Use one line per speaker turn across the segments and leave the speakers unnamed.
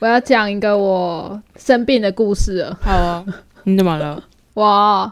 我要讲一个我生病的故事了。
好啊， 你怎么了？
我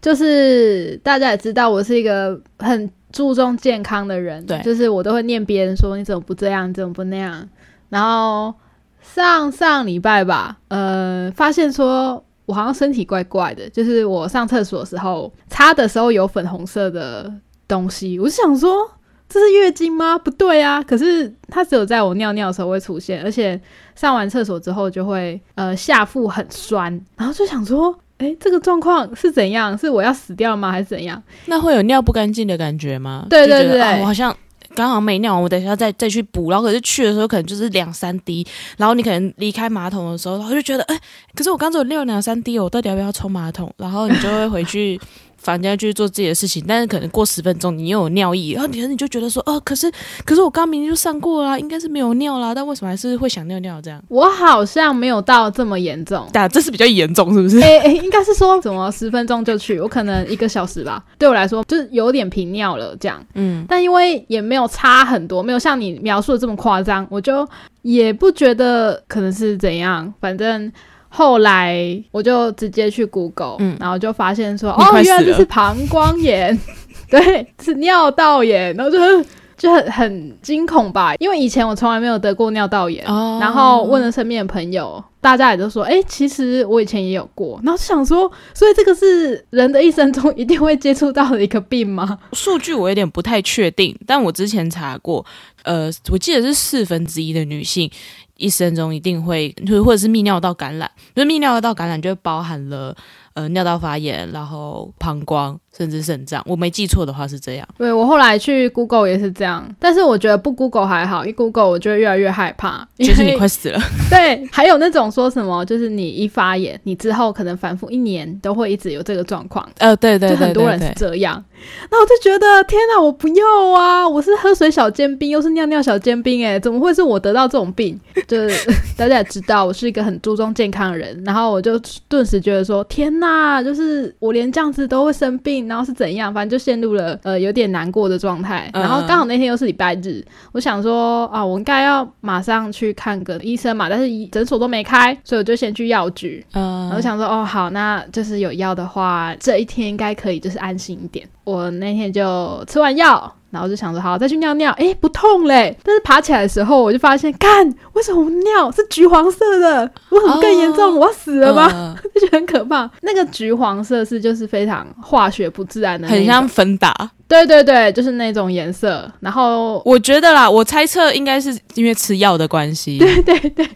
就是大家也知道，我是一个很注重健康的人，
对
就是我都会念别人说你怎么不这样，你怎么不那样。然后上上礼拜吧，呃，发现说我好像身体怪怪的，就是我上厕所的时候擦的时候有粉红色的东西，我就想说。这是月经吗？不对啊！可是它只有在我尿尿的时候会出现，而且上完厕所之后就会呃下腹很酸，然后就想说，哎，这个状况是怎样？是我要死掉吗？还是怎样？
那会有尿不干净的感觉吗？
对
就觉得
对对
啊我好像刚好没尿完，我等一下再再去补。然后可是去的时候可能就是两三滴，然后你可能离开马桶的时候，然后就觉得，哎、可是我刚才有尿两三滴哦，我到底要不要冲马桶？然后你就会回去 房间去做自己的事情，但是可能过十分钟你又有尿意，然后你你就觉得说，哦、可是可是我刚明明就上过啦，应该是没有尿啦，但为什么还是会想尿尿这样？。
我好像没有到这么严重
打啊这是比较严重，是不是？
诶诶，应该是说怎么十分钟就去，我可能一个小时吧。对我来说，就是有点频尿了这样。
嗯，
但因为也没有差很多，没有像你描述的这么夸张，我就也不觉得可能是怎样。反正后来我就直接去 Google，、
嗯
然后就发现说，
你
哦，
快死
原来这
了
是膀胱炎， 对，是尿道炎，然后就很就很很惊恐吧，因为以前我从来没有得过尿道炎，
哦
然后问了身边的朋友，大家也都说，哎、其实我以前也有过，然后就想说，所以这个是人的一生中一定会接触到的一个病吗？
数据我有点不太确定，但我之前查过，呃，我记得是四分之一的女性一生中一定会，就是或者是泌尿道感染，就是泌尿道感染就包含了呃尿道发炎，然后膀胱甚至肾脏，我没记错的话是这样。
对我后来去 Google 也是这样，但是我觉得不 Google 还好，一 Google 我就会越来越害怕，因
就
为
是你快死 了，
对，还有那种说什么，就是你一发炎，你之后可能反复一年都会一直有这个状况，
呃，对对
就
对
很多
对
人是
对，
这样。那我就觉得天哪，我不要啊！我是喝水小尖兵，又是尿尿小尖兵、哎，怎么会是我得到这种病？就是 大家也知道，我是一个很注重健康的人，然后我就顿时觉得说，天哪，就是我连这样子都会生病，然后是怎样？反正就陷入了呃有点难过的状态。
嗯
然后刚好那天又是礼拜日，我想说啊，我应该要马上去看个医生嘛，但是医诊所都没开，所以我就先去药局。
嗯、
然后想说，哦，好，那就是有药的话，这一天应该可以，就是安心一点。我那天就吃完药，然后就想说，好，再去尿尿，诶，不痛嘞。但是爬起来的时候，我就发现，干，为什么我尿是橘黄色的？为什么更严重？
哦
我要死了吗？
嗯
就觉得很可怕。那个橘黄色是就是非常化学不自然的那种，
很像芬达，
对对对，就是那种颜色。然后
我觉得啦，我猜测应该是因为吃药的关系。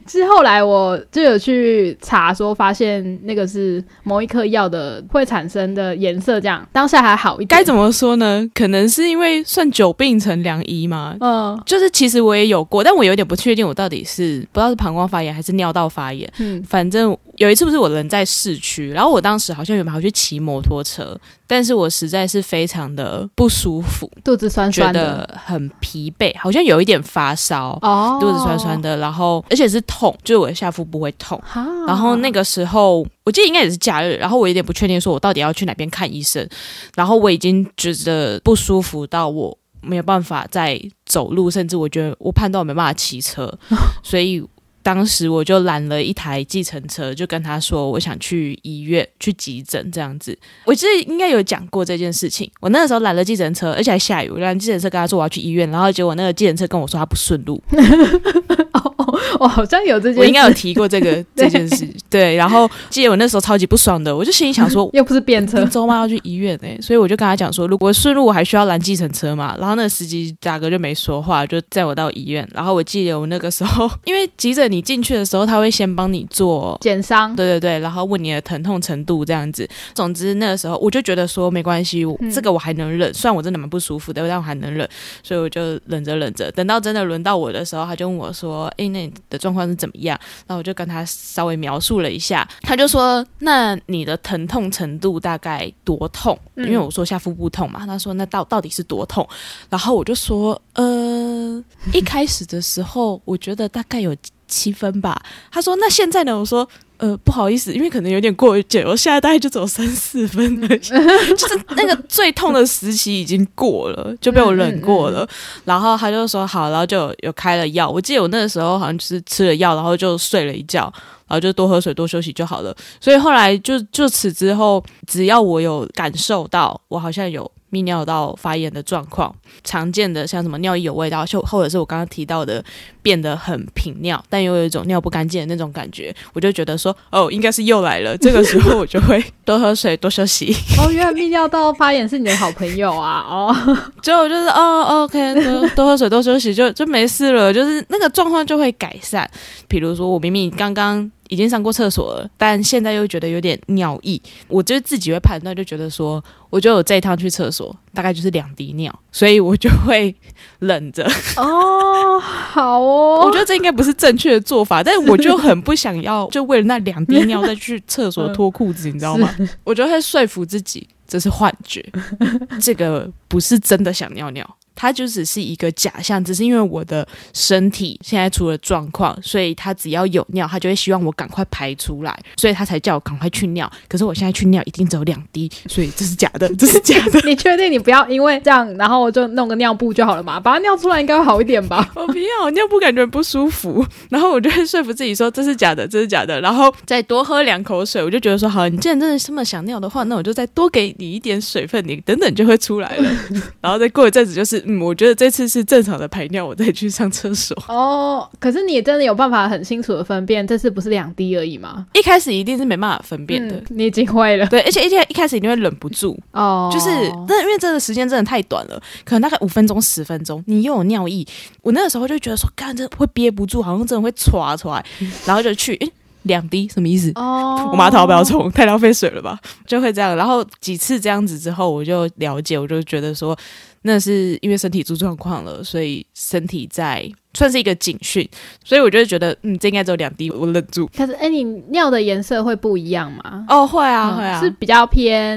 是后来我就有去查，说发现那个是某一颗药的会产生的颜色，这样当下还好一点。
该怎么说呢？可能是因为算久病成良医嘛，
嗯
就是其实我也有过，但我有点不确定我到底是不知道是膀胱发炎还是尿道发炎。
嗯
反正有一次不是我人在市区，然后我当时好像原本还要去骑摩托车，但是我实在是非常的不舒服，
肚子酸
觉
酸的，
得很疲惫，好像有一点发烧，
哦，
肚子酸酸
的。
的，然后而且是痛，就是我的下腹部会痛。
哈，
然后那个时候，我记得应该也是假日，然后我有点不确定，说我到底要去哪边看医生。然后我已经觉得不舒服到我没有办法再走路，甚至我觉得我判断我没办法骑车，所以当时我就拦了一台计程车，就跟他说我想去医院去急诊这样子。我记得应该有讲过这件事情。我那个时候拦了计程车，而且还下雨，我拦计程车跟他说我要去医院，然后结果那个计程车跟我说他不顺路，
哦哦，哦好像有这件事，
我应该有提过 这个这件事，对。然后记得我那时候超级不爽的，我就心里
，
想说
又不是便车
听，周妈要去医院哎、所以我就跟他讲说，如果顺路我还需要拦计程车嘛。然后那个司机大哥就没说话，就载我到医院。然后我记得我那个时候， 因为急诊你进去的时候，他会先帮你做。
减伤，
对对对，然后问你的疼痛程度这样子。总之那个时候我就觉得说没关系，我
嗯
这个我还能忍，虽然我真的蛮不舒服的，但我还能忍，所以我就忍着忍着。等到真的轮到我的时候，他就问我说：“诶，那你的状况是怎么样？”然后我就跟他稍微描述了一下，他就说：“那你的疼痛程度大概多痛？”
嗯
因为我说下腹部痛嘛，他说：“那到到底是多痛？”然后我就说：“呃，一开始的时候我觉得大概有。”七分吧。他说那现在呢？我说呃不好意思，因为可能有点过久，我现在大概就只有三四分而已， 就是那个最痛的时期已经过了，就被我忍过了。然后他就说好，然后就有有开了药。我记得我那个时候好像就是吃了药，然后就睡了一觉，然后就多喝水、多休息就好了。所以后来就就此之后，只要我有感受到我好像有泌尿道发炎的状况，常见的像什么尿液有味道，就或者是我刚刚提到的变得很频尿，但又有一种尿不干净的那种感觉，我就觉得说哦，应该是又来了。这个时候我就会多喝水、多休 息。
哦，原来泌尿道发炎是你的好朋友啊！哦，
结果就是哦，OK，多多喝水，多休息，就就没事了，就是那个状况就会改善。比如说，我明明刚刚已经上过厕所了，但现在又觉得有点尿意，我就自己会判断，就觉得说，我就有这一趟去厕所大概就是两滴尿，所以我就会 忍着。
哦，好哦，。
我觉得这应该不是正确的做法，但我就很不想要，就为了那两滴尿再去厕所脱裤子，你知道吗？我就会说服自己这是幻觉，这个不是真的想尿尿，它就只是一个假象，只是因为我的身体现在出了状况，所以它只要有尿，它就会希望我赶快排出来，所以它才叫我赶快去尿。可是我现在去尿一定只有两滴，所以这是假的，这是假的
你确定你不要因为这样，然后就弄个尿布就好了嘛？把它尿出来应该会好一点吧？
我不要，尿布感觉不舒服。然后我就会说服自己说这是假的，这是假的。然后再多喝两口水，我就觉得说好，你既然真的这么想尿的话，那我就再多给你一点水分，你等等就会出来了。 然后再过一阵子，就是嗯，我觉得这次是正常的排尿，我再去上厕所。
哦，可是你真的有办法很清楚的分辨，这次不是两滴而已吗？
一开始一定是没办法分辨的。
嗯你已经会了
对，而且一开一开始一定会忍不住，
哦，
就是真的，因为这个时间真的太短了，可能大概五分钟、十分钟，你又有尿意，我那个时候就觉得说，干，真的会憋不住，好像真的会歘出 来，然后就去，诶，两滴什么意思？
哦，
我马桶要不要冲？太浪费水了吧？ 就会这样。然后几次这样子之后，我就了解，我就觉得说，那是因为身体出状况了，所以身体在算是一个警讯，所以我就会觉得，嗯，这应该只有两滴，我忍住。
可是，哎、你尿的颜色会不一样吗？
哦，会啊，会
嗯
啊，
是比较偏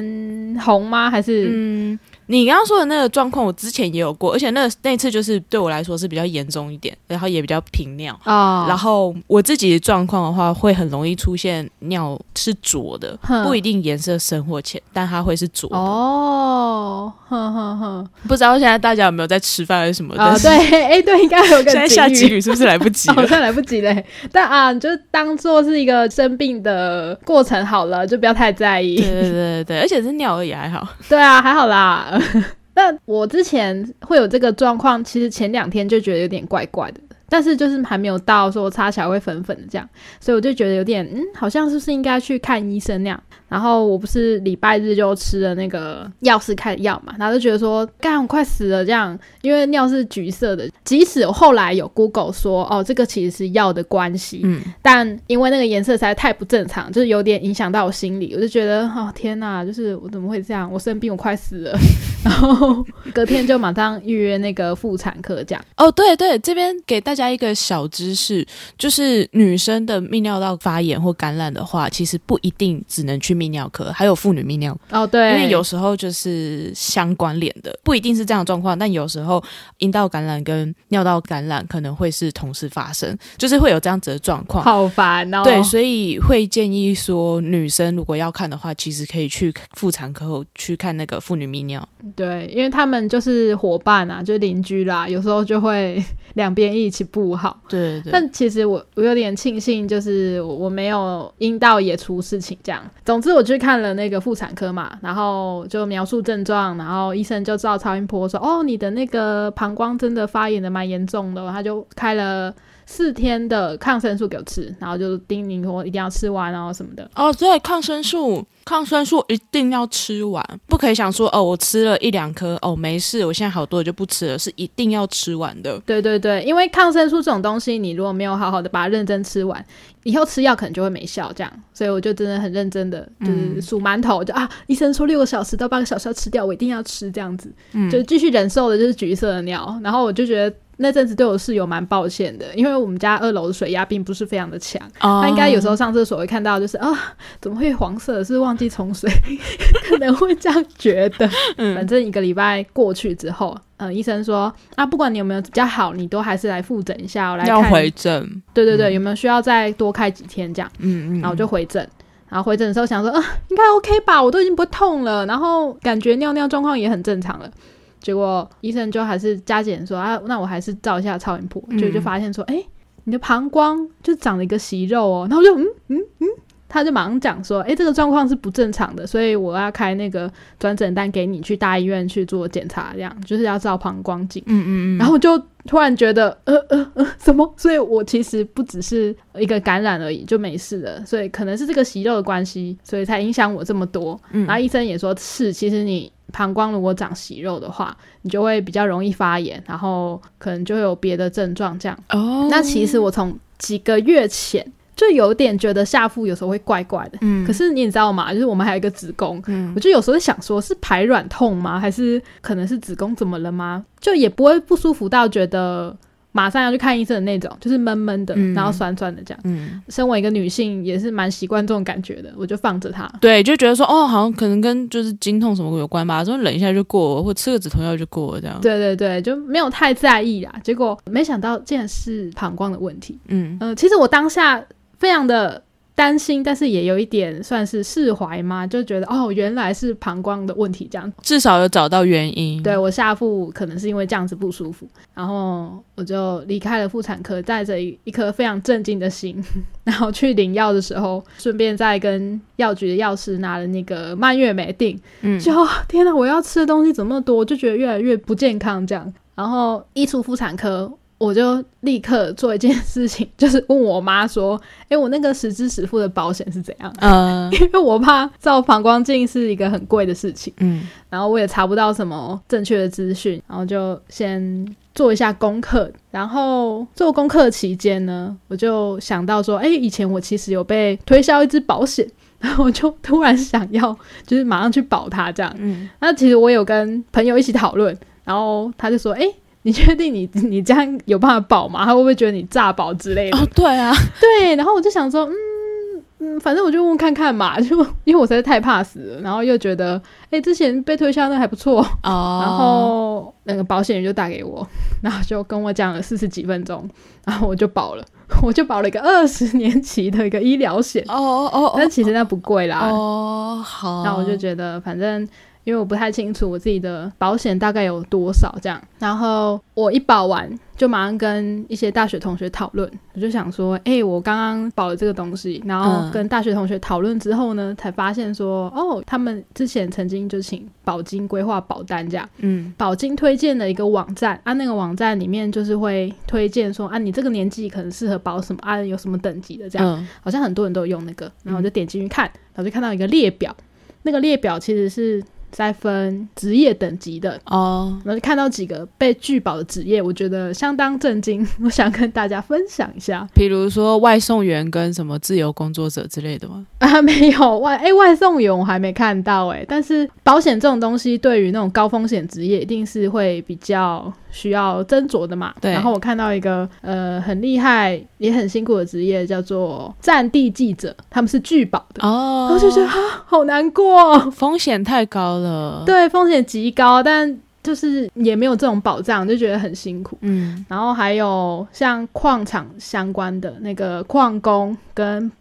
红吗？还是、
嗯，你刚刚说的那个状况，我之前也有过，而且那那一次就是对我来说是比较严重一点，然后也比较频尿。
哦，
然后我自己的状况的话，会很容易出现尿是浊的，
哼
不一定颜色深或浅，但它会是浊的。
哦，哼哼哼，
不知道现在大家有没有在吃饭还是什么？
啊、
但是
对， 哎、对，应该有个
现在下
警
几
语。
率是不是来不及
好
了？
像来不及嘞，但啊，你就当做是一个生病的过程好了，就不要太在意。
对对对对对，而且是尿而已，还好。
对啊，还好啦。 那我之前会有这个状况，其实前两天就觉得有点怪怪的，但是就是还没有到说擦起来会粉粉的这样，所以我就觉得有点嗯，好像是不是应该去看医生那样。然后我不是礼拜日就吃了那个药师开的药嘛，然后就觉得说干我快死了这样，因为尿是橘色的。即使我后来有 Google 说哦，这个其实是药的关系，
嗯，
但因为那个颜色实在太不正常，就是有点影响到我心理，我就觉得哦天哪，就是我怎么会这样？我生病，我快死了。然后隔天就马上预约那个妇产科，这样
哦，对对，这边给大家一个小知识，就是女生的泌尿道发炎或感染的话，其实不一定只能去泌尿科，还有妇女泌尿科，
哦对，
因为有时候就是相关联的，不一定是这样的状况，但有时候阴道感染跟尿道感染可能会是同时发生，就是会有这样子的状况。
好烦哦。
对，所以会建议说，女生如果要看的话，其实可以去妇产科去看那个妇女泌尿。
对，因为他们就是伙伴啊，就是邻居啦，有时候就会两边一起不好。
对对对，
但其实我我有点庆幸，就是我我没有阴道也出事情这样。总之我去看了那个妇产科嘛，然后就描述症状，然后医生就照超音波说，哦，你的那个膀胱真的发炎的蛮严重的，他就开了四天的抗生素给我吃，然后就叮咛我一定要吃完哦什么的。
哦，对，抗生素，抗生素一定要吃完，不可以想说哦，我吃了一两颗，哦，没事，我现在好多了就不吃了，是一定要吃完的。
对对对，因为抗生素这种东西，你如果没有好好的把它认真吃完，以后吃药可能就会没效这样。所以我就真的很认真的，就
嗯
是数馒头，就啊，医生说六个小时到八个小时要吃掉，我一定要吃这样子，
嗯
就继续忍受的就是橘色的尿。然后我就觉得那阵子对我室友蛮抱歉的，因为我们家二楼的水压并不是非常的强，
哦
他应该有时候上厕所会看到，就是啊，怎么会黄色？是忘记冲水？ 可能会这样觉得。反
嗯，
正一个礼拜过去之后，呃，医生说啊，不管你有没有比较好，你都还是来复诊一下哦，来
要
看
回嗯诊，
对对对，有没有需要再多开几天这样？
嗯嗯，
然后我就回诊，然后回诊的时候想说，啊、应该 OK 吧，我都已经不会痛了，然后感觉尿尿状况也很正常了。结果医生就还是加减说啊，那我还是照一下超音波，
嗯
就就发现说，哎、你的膀胱就长了一个息肉哦，然后我就嗯嗯嗯，他就马上讲说，哎、这个状况是不正常的，所以我要开那个转诊单给你去大医院去做检查，这样就是要照膀胱镜。
嗯嗯嗯，
然后我就突然觉得，呃呃呃，什么？所以我其实不只是一个感染而已，就没事了。所以可能是这个息肉的关系，所以才影响我这么多。
嗯
然后医生也说，是，其实你膀胱如果长息肉的话，你就会比较容易发炎，然后可能就会有别的症状这样。
哦，
那其实我从几个月前就有点觉得下腹有时候会怪怪的，
嗯，
可是你也知道吗？就是我们还有一个子宫，
嗯
我就有时候想说，是排卵痛吗？还是可能是子宫怎么了吗？就也不会不舒服到觉得马上要去看医生的那种，就是闷闷的，
嗯
然后酸酸的这样。
嗯，
身为一个女性，也是蛮习惯这种感觉的，我就放着它。
对，就觉得说哦，好像可能跟就是经痛什么有关吧，说忍一下就过了，或吃个止痛药就过了这样。，
对对对，就没有太在意啦。结果没想到竟然是膀胱的问题。
嗯
嗯、其实我当下非常的担心，但是也有一点算是释怀嘛，就觉得哦，原来是膀胱的问题这样。
至少有找到原因。
对我下腹可能是因为这样子不舒服，然后我就离开了妇产科，带着一一颗非常震惊的心， 然后去领药的时候，顺便再跟药局的药师拿了那个蔓越莓定，
嗯，
就哦天哪，我要吃的东西怎么那么多，我就觉得越来越不健康这样。然后一出妇产科，我就立刻做一件事情， 就是问我妈说：“诶，我那个实支实付的保险是怎样？”
呃，
因为我怕照膀胱镜是一个很贵的事情。
嗯
然后我也查不到什么正确的资讯，然后就先做一下功课。然后做功课期间呢，我就想到说，哎，以前我其实有被推销一支保险， 然后我就突然想要，就是马上去保它这样。
嗯，
那其实我有跟朋友一起讨论，然后他就说，哎。你确定你 你这样有办法保吗？他会不会觉得你诈保之类的？
哦，对啊，
对，然后我就想说，嗯嗯，反正我就问问看看嘛，就因为我实在太怕死了，然后又觉得，哎、之前被推销那还不错，
哦，
然后那个保险人就打给我， 然后就跟我讲了四十几分钟，然后我就保了， 我就保了一个二十年期的一个医疗险，
哦哦哦，
但其实那不贵啦。
哦好，
那我就觉得反正。因为我不太清楚我自己的保险大概有多少这样，然后我一保完就马上跟一些大学同学讨论，我就想说，哎、我刚刚保了这个东西，然后
嗯
跟大学同学讨论之后呢，才发现说，哦，他们之前曾经就请保金规划保单这样，
嗯
保金推荐的一个网站啊，那个网站里面就是会推荐说啊，你这个年纪可能适合保什么啊，有什么等级的这样，
嗯
好像很多人都有用那个，然后我就点进去看，然后就看到一个列表，那个列表其实是在分职业等级的，
哦，
然后就看到几个被拒保的职业，我觉得相当震惊， 我想跟大家分享一下
比如说外送员跟什么自由工作者之类的吗？
啊，没有外哎、外送员我还没看到哎、但是保险这种东西对于那种高风险职业一定是会比较需要斟酌的嘛。
对
然后我看到一个呃很厉害也很辛苦的职业叫做战地记者，他们是拒保的，
哦，
然后就觉得啊好难过哦，
风险太高了。，
对，风险极高，但就是也没有这种保障，就觉得很辛苦。
嗯
然后还有像矿场相关的那个矿工跟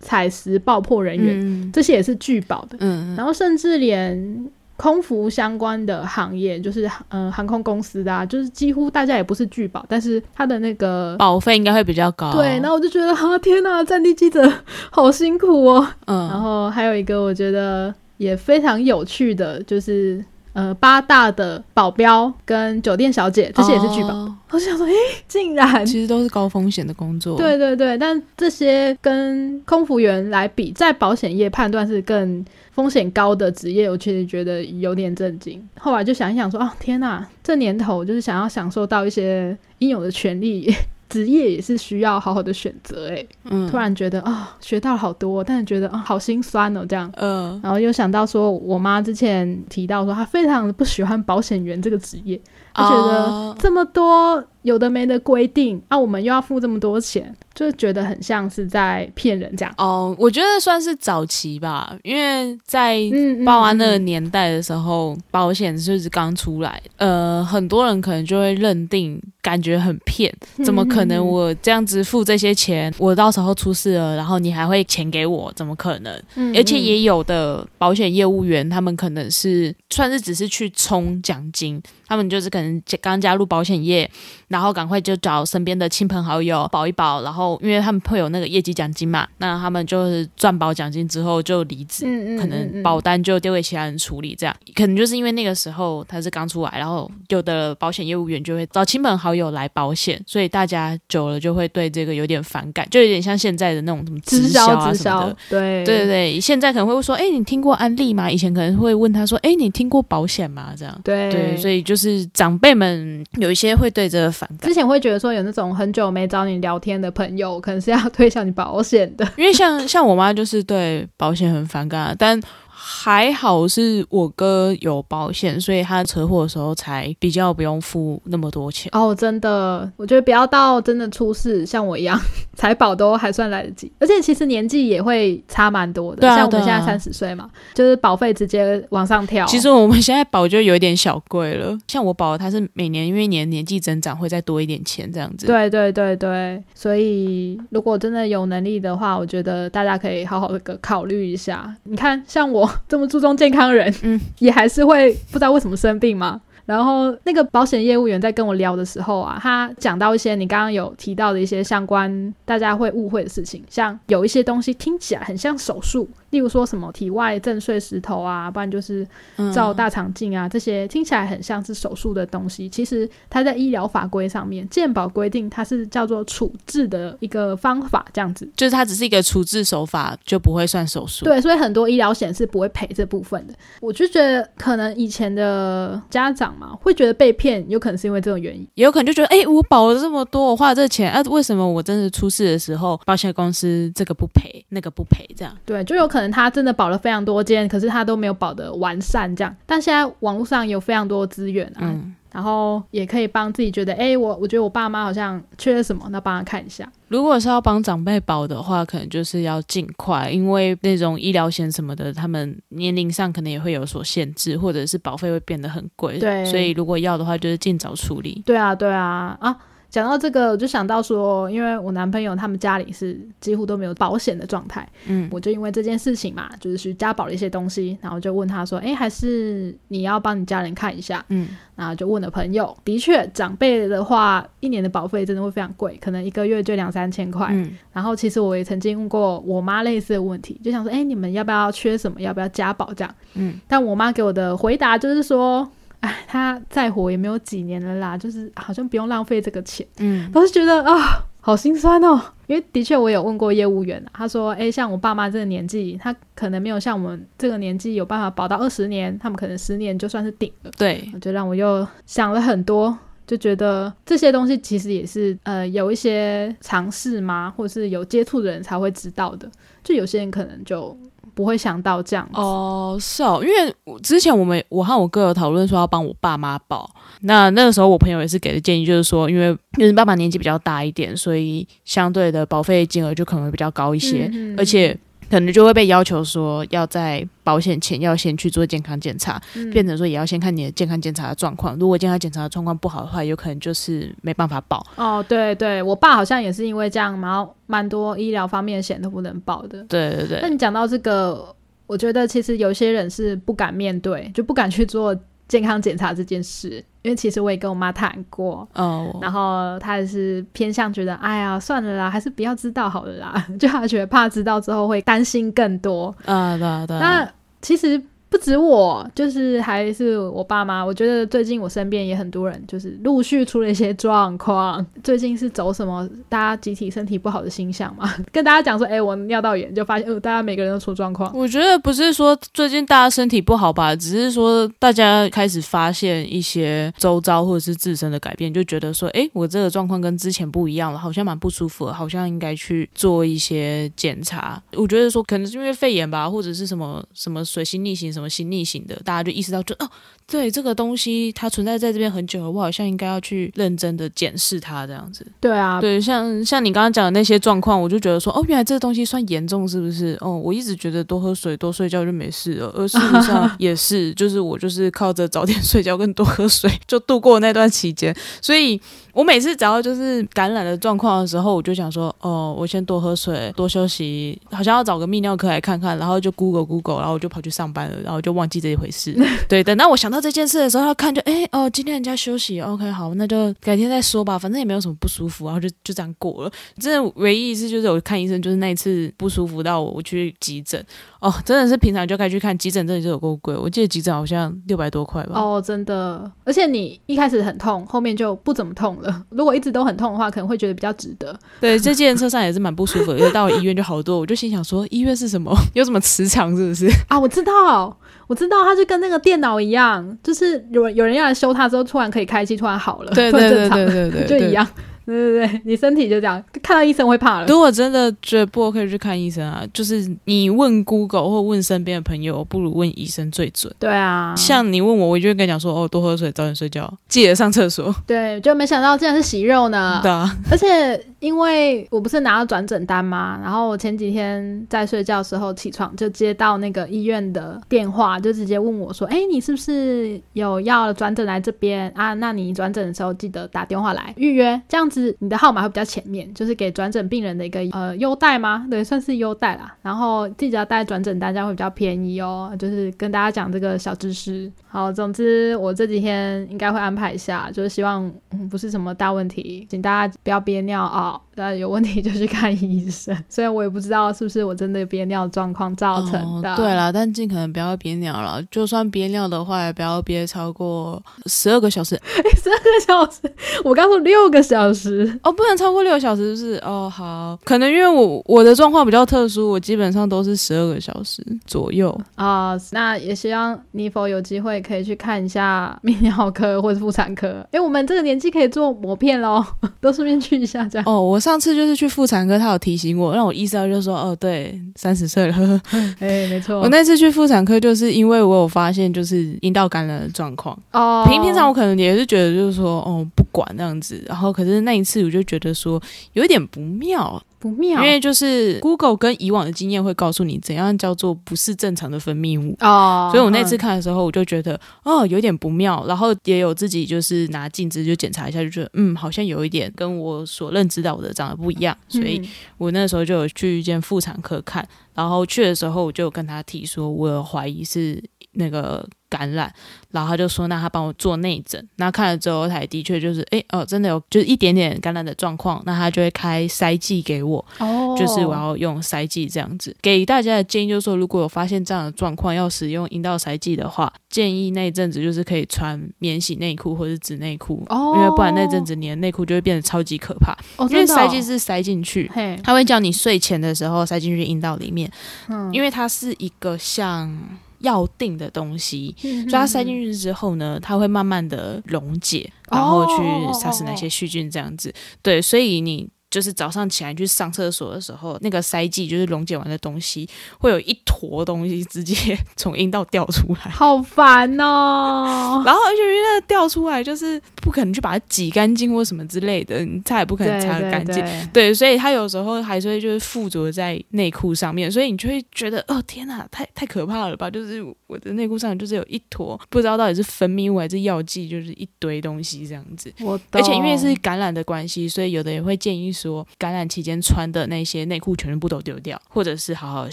采石爆破人员，
嗯
这些也是拒保的。
嗯嗯
然后甚至连空服相关的行业，就是嗯、呃、航空公司的啊，就是几乎大家也不是拒保，但是他的那个
保费应该会比较高。
对，然后我就觉得啊天呐，战地记者好辛苦哦。然
嗯
后还有一个我觉得也非常有趣的，就是呃八大的保镖跟酒店小姐，这些也是拒保。
哦
我就想说，诶，竟然。
其实都是高风险的工作。
对对对，但这些跟空服员来比，在保险业判断是更风险高的职业，我其实觉得有点震惊。后来就想一想说，哦天呐，这年头就是想要享受到一些 应有的权利，职业也是需要好好的选择。诶，
嗯，
突然觉得啊、学到了好多，但是觉得啊、好心酸哦，这样。
呃，
然后又想到说，我妈之前提到说，她非常不喜欢保险员这个职业，就觉得
哦
这么多有的没的规定啊，我们又要付这么多钱，就觉得很像是在骗人这样。
哦，我觉得算是早期吧，因为在
嗯，嗯
爸妈那个
嗯
年代的时候，保险就是刚出来，呃，很多人可能就会认定，感觉很骗，
嗯
怎么可能？我这样子付这些钱，我到时候出事了，然后你还会钱给我？怎么可能？
嗯嗯嗯
而且也有的保险业务员，他们可能是算是只是去冲奖金，他们就是可能刚加入保险业，然后赶快就找身边的亲朋好友保一保，然后因为他们会有那个业绩奖金嘛，那他们就是赚保奖金之后就离职，
嗯嗯嗯
可
嗯
能
嗯
保单就丢给其他人处理，这样可能就是因为那个时候他是刚出来，然后有的保险业务员就会找亲朋好友来保险，所以大家久了就会对这个有点反感，就有点像现在的那种什么
直
销
销
啊
哦直
什么
销
的。，
对
对对对，现在可能会说，哎、你听过安利吗？以前可能会问他说，哎、你听过保险吗？这样，
对
对，所
以
以就是长辈们有一些会对这个反感，
之前会觉得说有那种很久没找你聊天的朋友，可能是要推销你保险的。
因为像像我妈就是对保险很反感、啊，但还好是我哥有保险，所以他车祸的时候才比较不用付那么多钱。
哦，真的，我觉得不要到真的出事，像我一样， 财保都还算来得及。而且其实年纪也会差蛮多的，
对啊
像我们
对
现
啊
在三十岁嘛，就是保费直接往上跳。
其实我们现在保就有点小贵了，像我保的它是每年因为年年纪增长会再多一点钱这样子。
对对对对，所以如果真的有能力的话，我觉得大家可以好好的考虑一下。你看，像我 这么注重健康的人，
嗯，
也还是会不知道为什么生病嘛。然后那个保险业务员在跟我聊的时候啊，他讲到一些你刚刚有提到的一些相关大家会误会的事情，像有一些东西听起来很像手术，例如说什么体外震碎石头啊，不然就是
嗯
照大肠镜啊，这些听起来很像是手术的东西，其实它在医疗法规上面，健保规定它是叫做处置的一个方法，这样子。
就是它只是一个处置手法，就不会算手术。，
对，所以很多医疗险是不会赔这部分的。我就觉得，可能以前的家长嘛，会觉得被骗，有可能是因为这种原因。
也有可能就觉得，哎、我保了这么多，我花了这钱，啊，为什么我真的出事的时候，保险公司这个不赔，那个不赔，这样？
对，就有可能他真的保了非常多间，可是他都没有保的完善这样。但现在网络上有非常多资源啊，
嗯，
然后也可以帮自己觉得，哎、我我觉得我爸妈好像缺什么，那帮他看一下。
如果是要帮长辈保的话，可能就是要尽快，因为那种医疗险什么的，他们年龄上可能也会有所限制，或者是保费会变得很贵。
对
所以如果要的话，就是尽早处理。
对啊，对啊，啊，讲到这个，我就想到说，因为我男朋友他们家里是几乎都没有保险的状态，
嗯，
我就因为这件事情嘛，就是去家保了一些东西，然后就问他说，哎，还是你要帮你家人看一下，
嗯，
然后就问了朋友，的确，长辈的话，一年的保费真的会非常贵，可能一个月就两三千块，
嗯，
然后其实我也曾经问过我妈类似的问题，就想说，哎，你们要不要缺什么？要不要家保这样？
嗯，
但我妈给我的回答就是说，哎，她再活也没有几年了啦，就是好像不用浪费这个钱。
嗯，
当时觉得啊，好心酸哦，因为的确我有问过业务员、啊，他说，哎，像我爸妈这个年纪，他可能没有像我们这个年纪有办法保到二十年，他们可能十年就算是顶了。
对，
就让我又想了很多，就觉得这些东西其实也是呃有一些尝试嘛，或是有接触的人才会知道的。就有些人可能就不会想到这样子。
哦，是哦，因为我之前我们我和我哥有讨论说要帮我爸妈保，那那个时候我朋友也是给的建议，就是说，因为就是爸爸年纪比较大一点，所以相对的保费金额就可能会比较高一些，
嗯嗯
而且可能就会被要求说要在保险前要先去做健康检查，
嗯
变成说也要先看你的健康检查的状况，如果健康检查的状况不好的话，有可能就是没办法保。
哦，对对，我爸好像也是因为这样，然后蛮多医疗方面的险都不能保的。
对对对
那，你讲到这个，我觉得其实有些人是不敢面对，就不敢去做健康检查这件事，因为其实我也跟我妈谈过，
哦，
然后他也是偏向觉得，哎呀，算了啦，还是不要知道好了啦， 就他觉得怕知道之后会担心更多。
啊对啊对啊，
那其实不止我，就是还是我爸妈，我觉得最近我身边也很多人就是陆续出了一些状况。最近是走什么大家集体身体不好的星象嘛？ 跟大家讲说，哎，我尿道炎，就发现，呃，大家每个人都出状况。
我觉得不是说最近大家身体不好吧，只是说大家开始发现一些周遭或者是自身的改变，就觉得说，诶，我这个状况跟之前不一样了，好像蛮不舒服的，好像应该去做一些检查。我觉得说，可能是因为肺炎吧，或者是什么什么水星逆行什什么新逆行的，大家就意识到就哦，对这个东西它存在在这边很久了，我好像应该要去认真的检视它这样子。
对啊，
对，像像你刚刚讲的那些状况，我就觉得说，哦，原来这东西算严重，是不是？哦，我一直觉得多喝水、多睡觉就没事了，而事实上也是，就是我就是靠着早点 睡觉跟多喝水就度过那段期间。所以我每次只要就是感染的状况的时候，我就想说，哦，我先多喝水、多休息，好像要找个泌尿科来看看，然后就 Google Google，然后我就跑去上班了，然后就忘记这一回事。对，等到我想到这件事的时候，要看就哎哦，今天人家休息，OK，好，那就改天再说吧，反正也没有什么不舒服，然后就就这样过了。真的唯一一次就是我看医生，就是那一次不舒服到我我去急诊，哦，真的是平常就该去看急诊，真的就有够贵。我记得急诊好像六百多块吧。
哦，真的，而且你一开始很痛，后面就不怎么痛了。 如果一直都很痛的话，可能会觉得比较值得。
对，这计程车上也是蛮不舒服的，因为到了医院就好多，我就心想说，医院是什么？有什么磁场是不 是？
啊，我知道，我知道，它就跟那个电脑一样，就是有人有人要来修它之后，突然可以开机，突然好了，
对
突然
对对
正常
对
了
对 对，
就
对
一。样。对对对，你身体就这样，看到医生会怕了。
如果真的觉得不 OK，就去看医生啊。就是你问 Google 或问身边的朋友，不如问医生最准。
对啊，
像你问我，我就会跟你讲说，哦，多喝水，早点睡觉，记得上厕所。
对，就没想到竟然是息肉呢。
对啊，
而且因为我不是拿到转诊单吗？然后我前几天在睡觉的时候起床，就接到那个医院的电话，就直接问我说：“哎、你是不是有要转诊来这边啊？那你转诊的时候记得打电话来预约，这样子你的号码会比较前面，就是给转诊病人的一个呃优待吗？对，算是优待啦。然后记得要带转诊单，这样会比较便宜哦。就是跟大家讲这个小知识。好，总之我这几天应该会安排一下，就是希望嗯，不是什么大问题，请大家不要憋尿啊、那有问题就去看医生。 虽然我也不知道是不是我真的憋尿状况造成的。
哦、对啦，但尽可能不要憋尿了。就算憋尿的话，也不要憋超过十二个小时。
六个小时，我刚说六个小时。
哦，不能超过六个小时，是不是？哦，好，可能因为我我的状况比较特殊，我基本上都是十二个小时左右。
啊、那也希望你否有机会可以去看一下泌尿科或者妇产科。哎，我们这个年纪可以做膜片喽， 都顺便去一下这样。
哦，我上次就是去妇产科，他有提醒我，让我意识到，就是说，哦，对，三十岁了。呵呵
哎，没错，
我那次去妇产科，就是因为我有发现就是阴道感染的状况。
哦，
平平常我可能也是觉得就是说，哦，不管那样子。然后可是那一次我就觉得说有一点不妙，
不妙
因为就是 Google 跟以往的经验会告诉你怎样叫做不是正常的分泌物。
哦，
所以我那次
嗯
看的时候，我就觉得哦，有点不妙，然后也有自己就是拿镜子就检查一下，就觉得嗯，好像有一点跟我所认知到我的长得不一样，所以
嗯
我那时候就有去一间妇产科看，然后去的时候我就有跟他提说，我有怀疑是那个感染，然后他就说那他帮我做内诊，那看了之后他也的确就是诶哦真的有就是一点点感染的状况，那他就会开塞剂给我，
哦，
就是我要用塞剂这样子。给大家的建议就是说，如果有发现这样的状况要使用阴道塞剂的话，建议那一阵子就是可以穿免洗内裤或是纸内裤。
哦，
因为不然那阵子你的内裤就会变得超级可怕，
哦，
因
真
为
的哦
塞剂是塞进去，
嘿，
他会叫你睡前的时候塞进去阴道里面，
嗯
因为它是一个像药定的东西，
为
所以它塞
嗯
进去之后呢，它会慢慢的溶解，
哦
然后去杀死那些细菌，这样子。对，所以你。就是早上起来去上厕所的时候，那个塞剂就是溶解完的东西，会有一坨东西直接 从阴道掉出来，
好烦 哦，
然后而且因为那个掉出来就是不可能去把它挤干净或什么之类的，你擦也不可能
对
擦得
对
干净，
对
对，所以它有时候还是会就是附着在内裤上面，所以你就会觉得哦天哪，太太可怕了吧！就是我的内裤上就是有一坨，不知道到底是分泌物还是药剂，就是一堆东西这样子。
我懂
而且因为
哦
是感染的关系，所以有的人会建议说，感染期间穿的那些内裤全部都丢掉，或者是好好地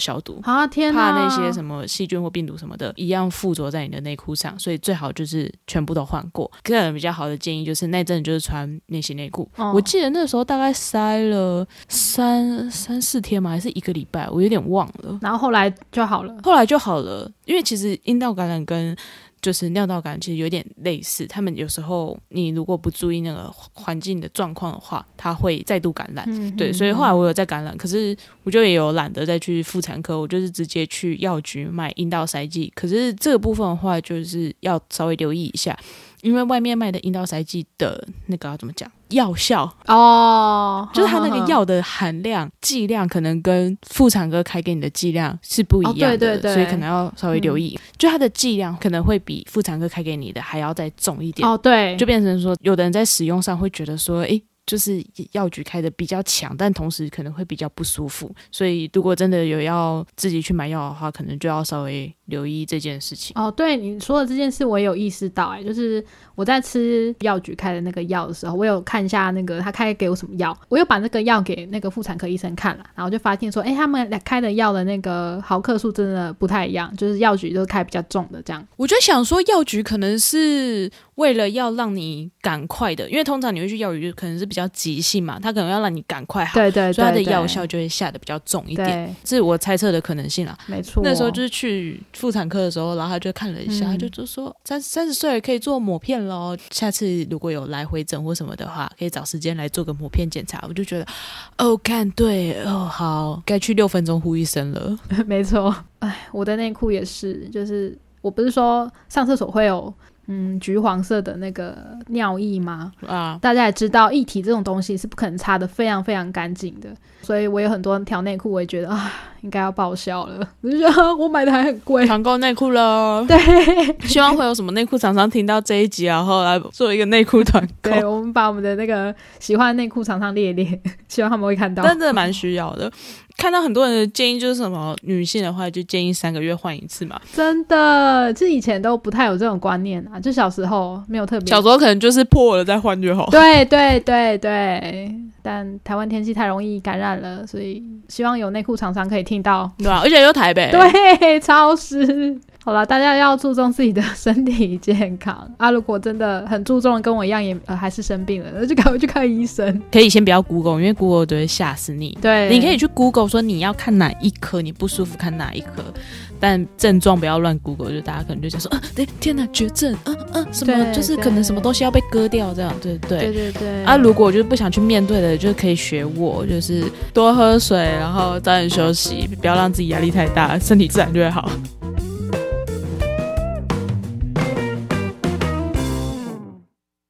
消毒，
啊，天
怕
哪，
那些什么细菌或病毒什么的，一样附着在你的内裤上，所以最好就是全部都换过。个人比较好的建议就是那阵就是穿那些内裤。
哦
我记得那时候大概塞了三三四天嘛，还是一个礼拜，我有点忘了。
然后后来就好了，
后来就好了，因为其实阴道感染跟就是尿道感染其实有点类似，他们有时候你如果不注意那个环境的状况的话，它会再度感染。
嗯，
对，
嗯
所以后来我有在感染，可是我就也有懒得再去妇产科，我就是直接去药局买阴道塞剂。可是这个部分的话，就是要稍微留意一下，因为外面卖的阴道塞剂的那个要怎么讲，药效，
嗯哦，
就是它那
哼
个
哼
药的含量、剂量，可能跟妇产科开给你的剂量是不一样
哦
的，
对对对嗯
所以可能要稍微留意，就它的剂量可能会比妇产科开给你的还要再重一点，
哦，对，
就变成说，有的人在使用上会觉得说，诶。就是药局开的比较强，但同时可能会比较不舒服，所以如果真的有要自己去买药的话，可能就要稍微留意这件事情。
哦，对你说的这件事，我也有意识到、哎，就是我在吃药局开的那个药的时候，我有看一下那个他开给我什么药，我有把那个药给那个妇产科医生看了，然后就发现说，哎、他们俩开的药的那个毫克数真的不太一样，就是药局都开比较重的这样。
我就想说，药局可能是为了要让你赶快的，因为通常你会去药局，可能是比较急性嘛，他可能要让你赶快好，
对对对
所以它的药
对
效就会下的比较重一点，
对，
这是我猜测的可能性啦。
没错。
那时候就是去妇产科的时候，然后他就看了一下，
嗯
他就就说三三十岁可以做抹片喽，下次如果有来回诊或什么的话，可以找时间来做个抹片检查。我就觉得，哦，看对哦，好，该去六分钟呼一声了。
没错，哎，我的内裤也是，就是我不是说上厕所会有嗯橘黄色的那个尿意吗？
啊，
大家也知道，液体这种东西是不可能擦的非常非常干净的，所以我有很多条内裤，我也觉得啊，应该要报销了。我就觉得啊我买的还很 贵，
团购内裤喽。
对
希望会有什么内裤厂商听到这一集，然后来做一个内裤团购，
对，我们把我们的那个喜欢的内裤常常列一列， 希望他们会看到。
但真的蛮需要的。看到很多人的建议就是什么，女性的话就建议三个月换一次嘛。
真的，这以前都不太有这种观念啊，就小时候没有特别
小。时候可能就是破了再换就好。
对对对对，但台湾天气太容易感染了，所以希望有内裤厂商可以听到。
对啊，而且又台北，，
对，超湿。好了，大家要注重自己的身体健康 啊！如果真的很注重，跟我一样也呃还是生病了，那就赶快去看医生。
可以先不要 Google，因为 Google 都会吓死你。
对，
你可以去 Google 说你要看哪一科，你不舒服看哪一科，但症状不要乱 Google，就大家可能就想说，啊，对，天哪，绝症，啊啊，什么
对
就是
对
可能什么东西要被割掉这样，对对
对
对
对对
啊，如果我就是不想去面对的，就可以学我，就是多喝水，然后早点休息，不要让自己压力太大，身体自然就会好。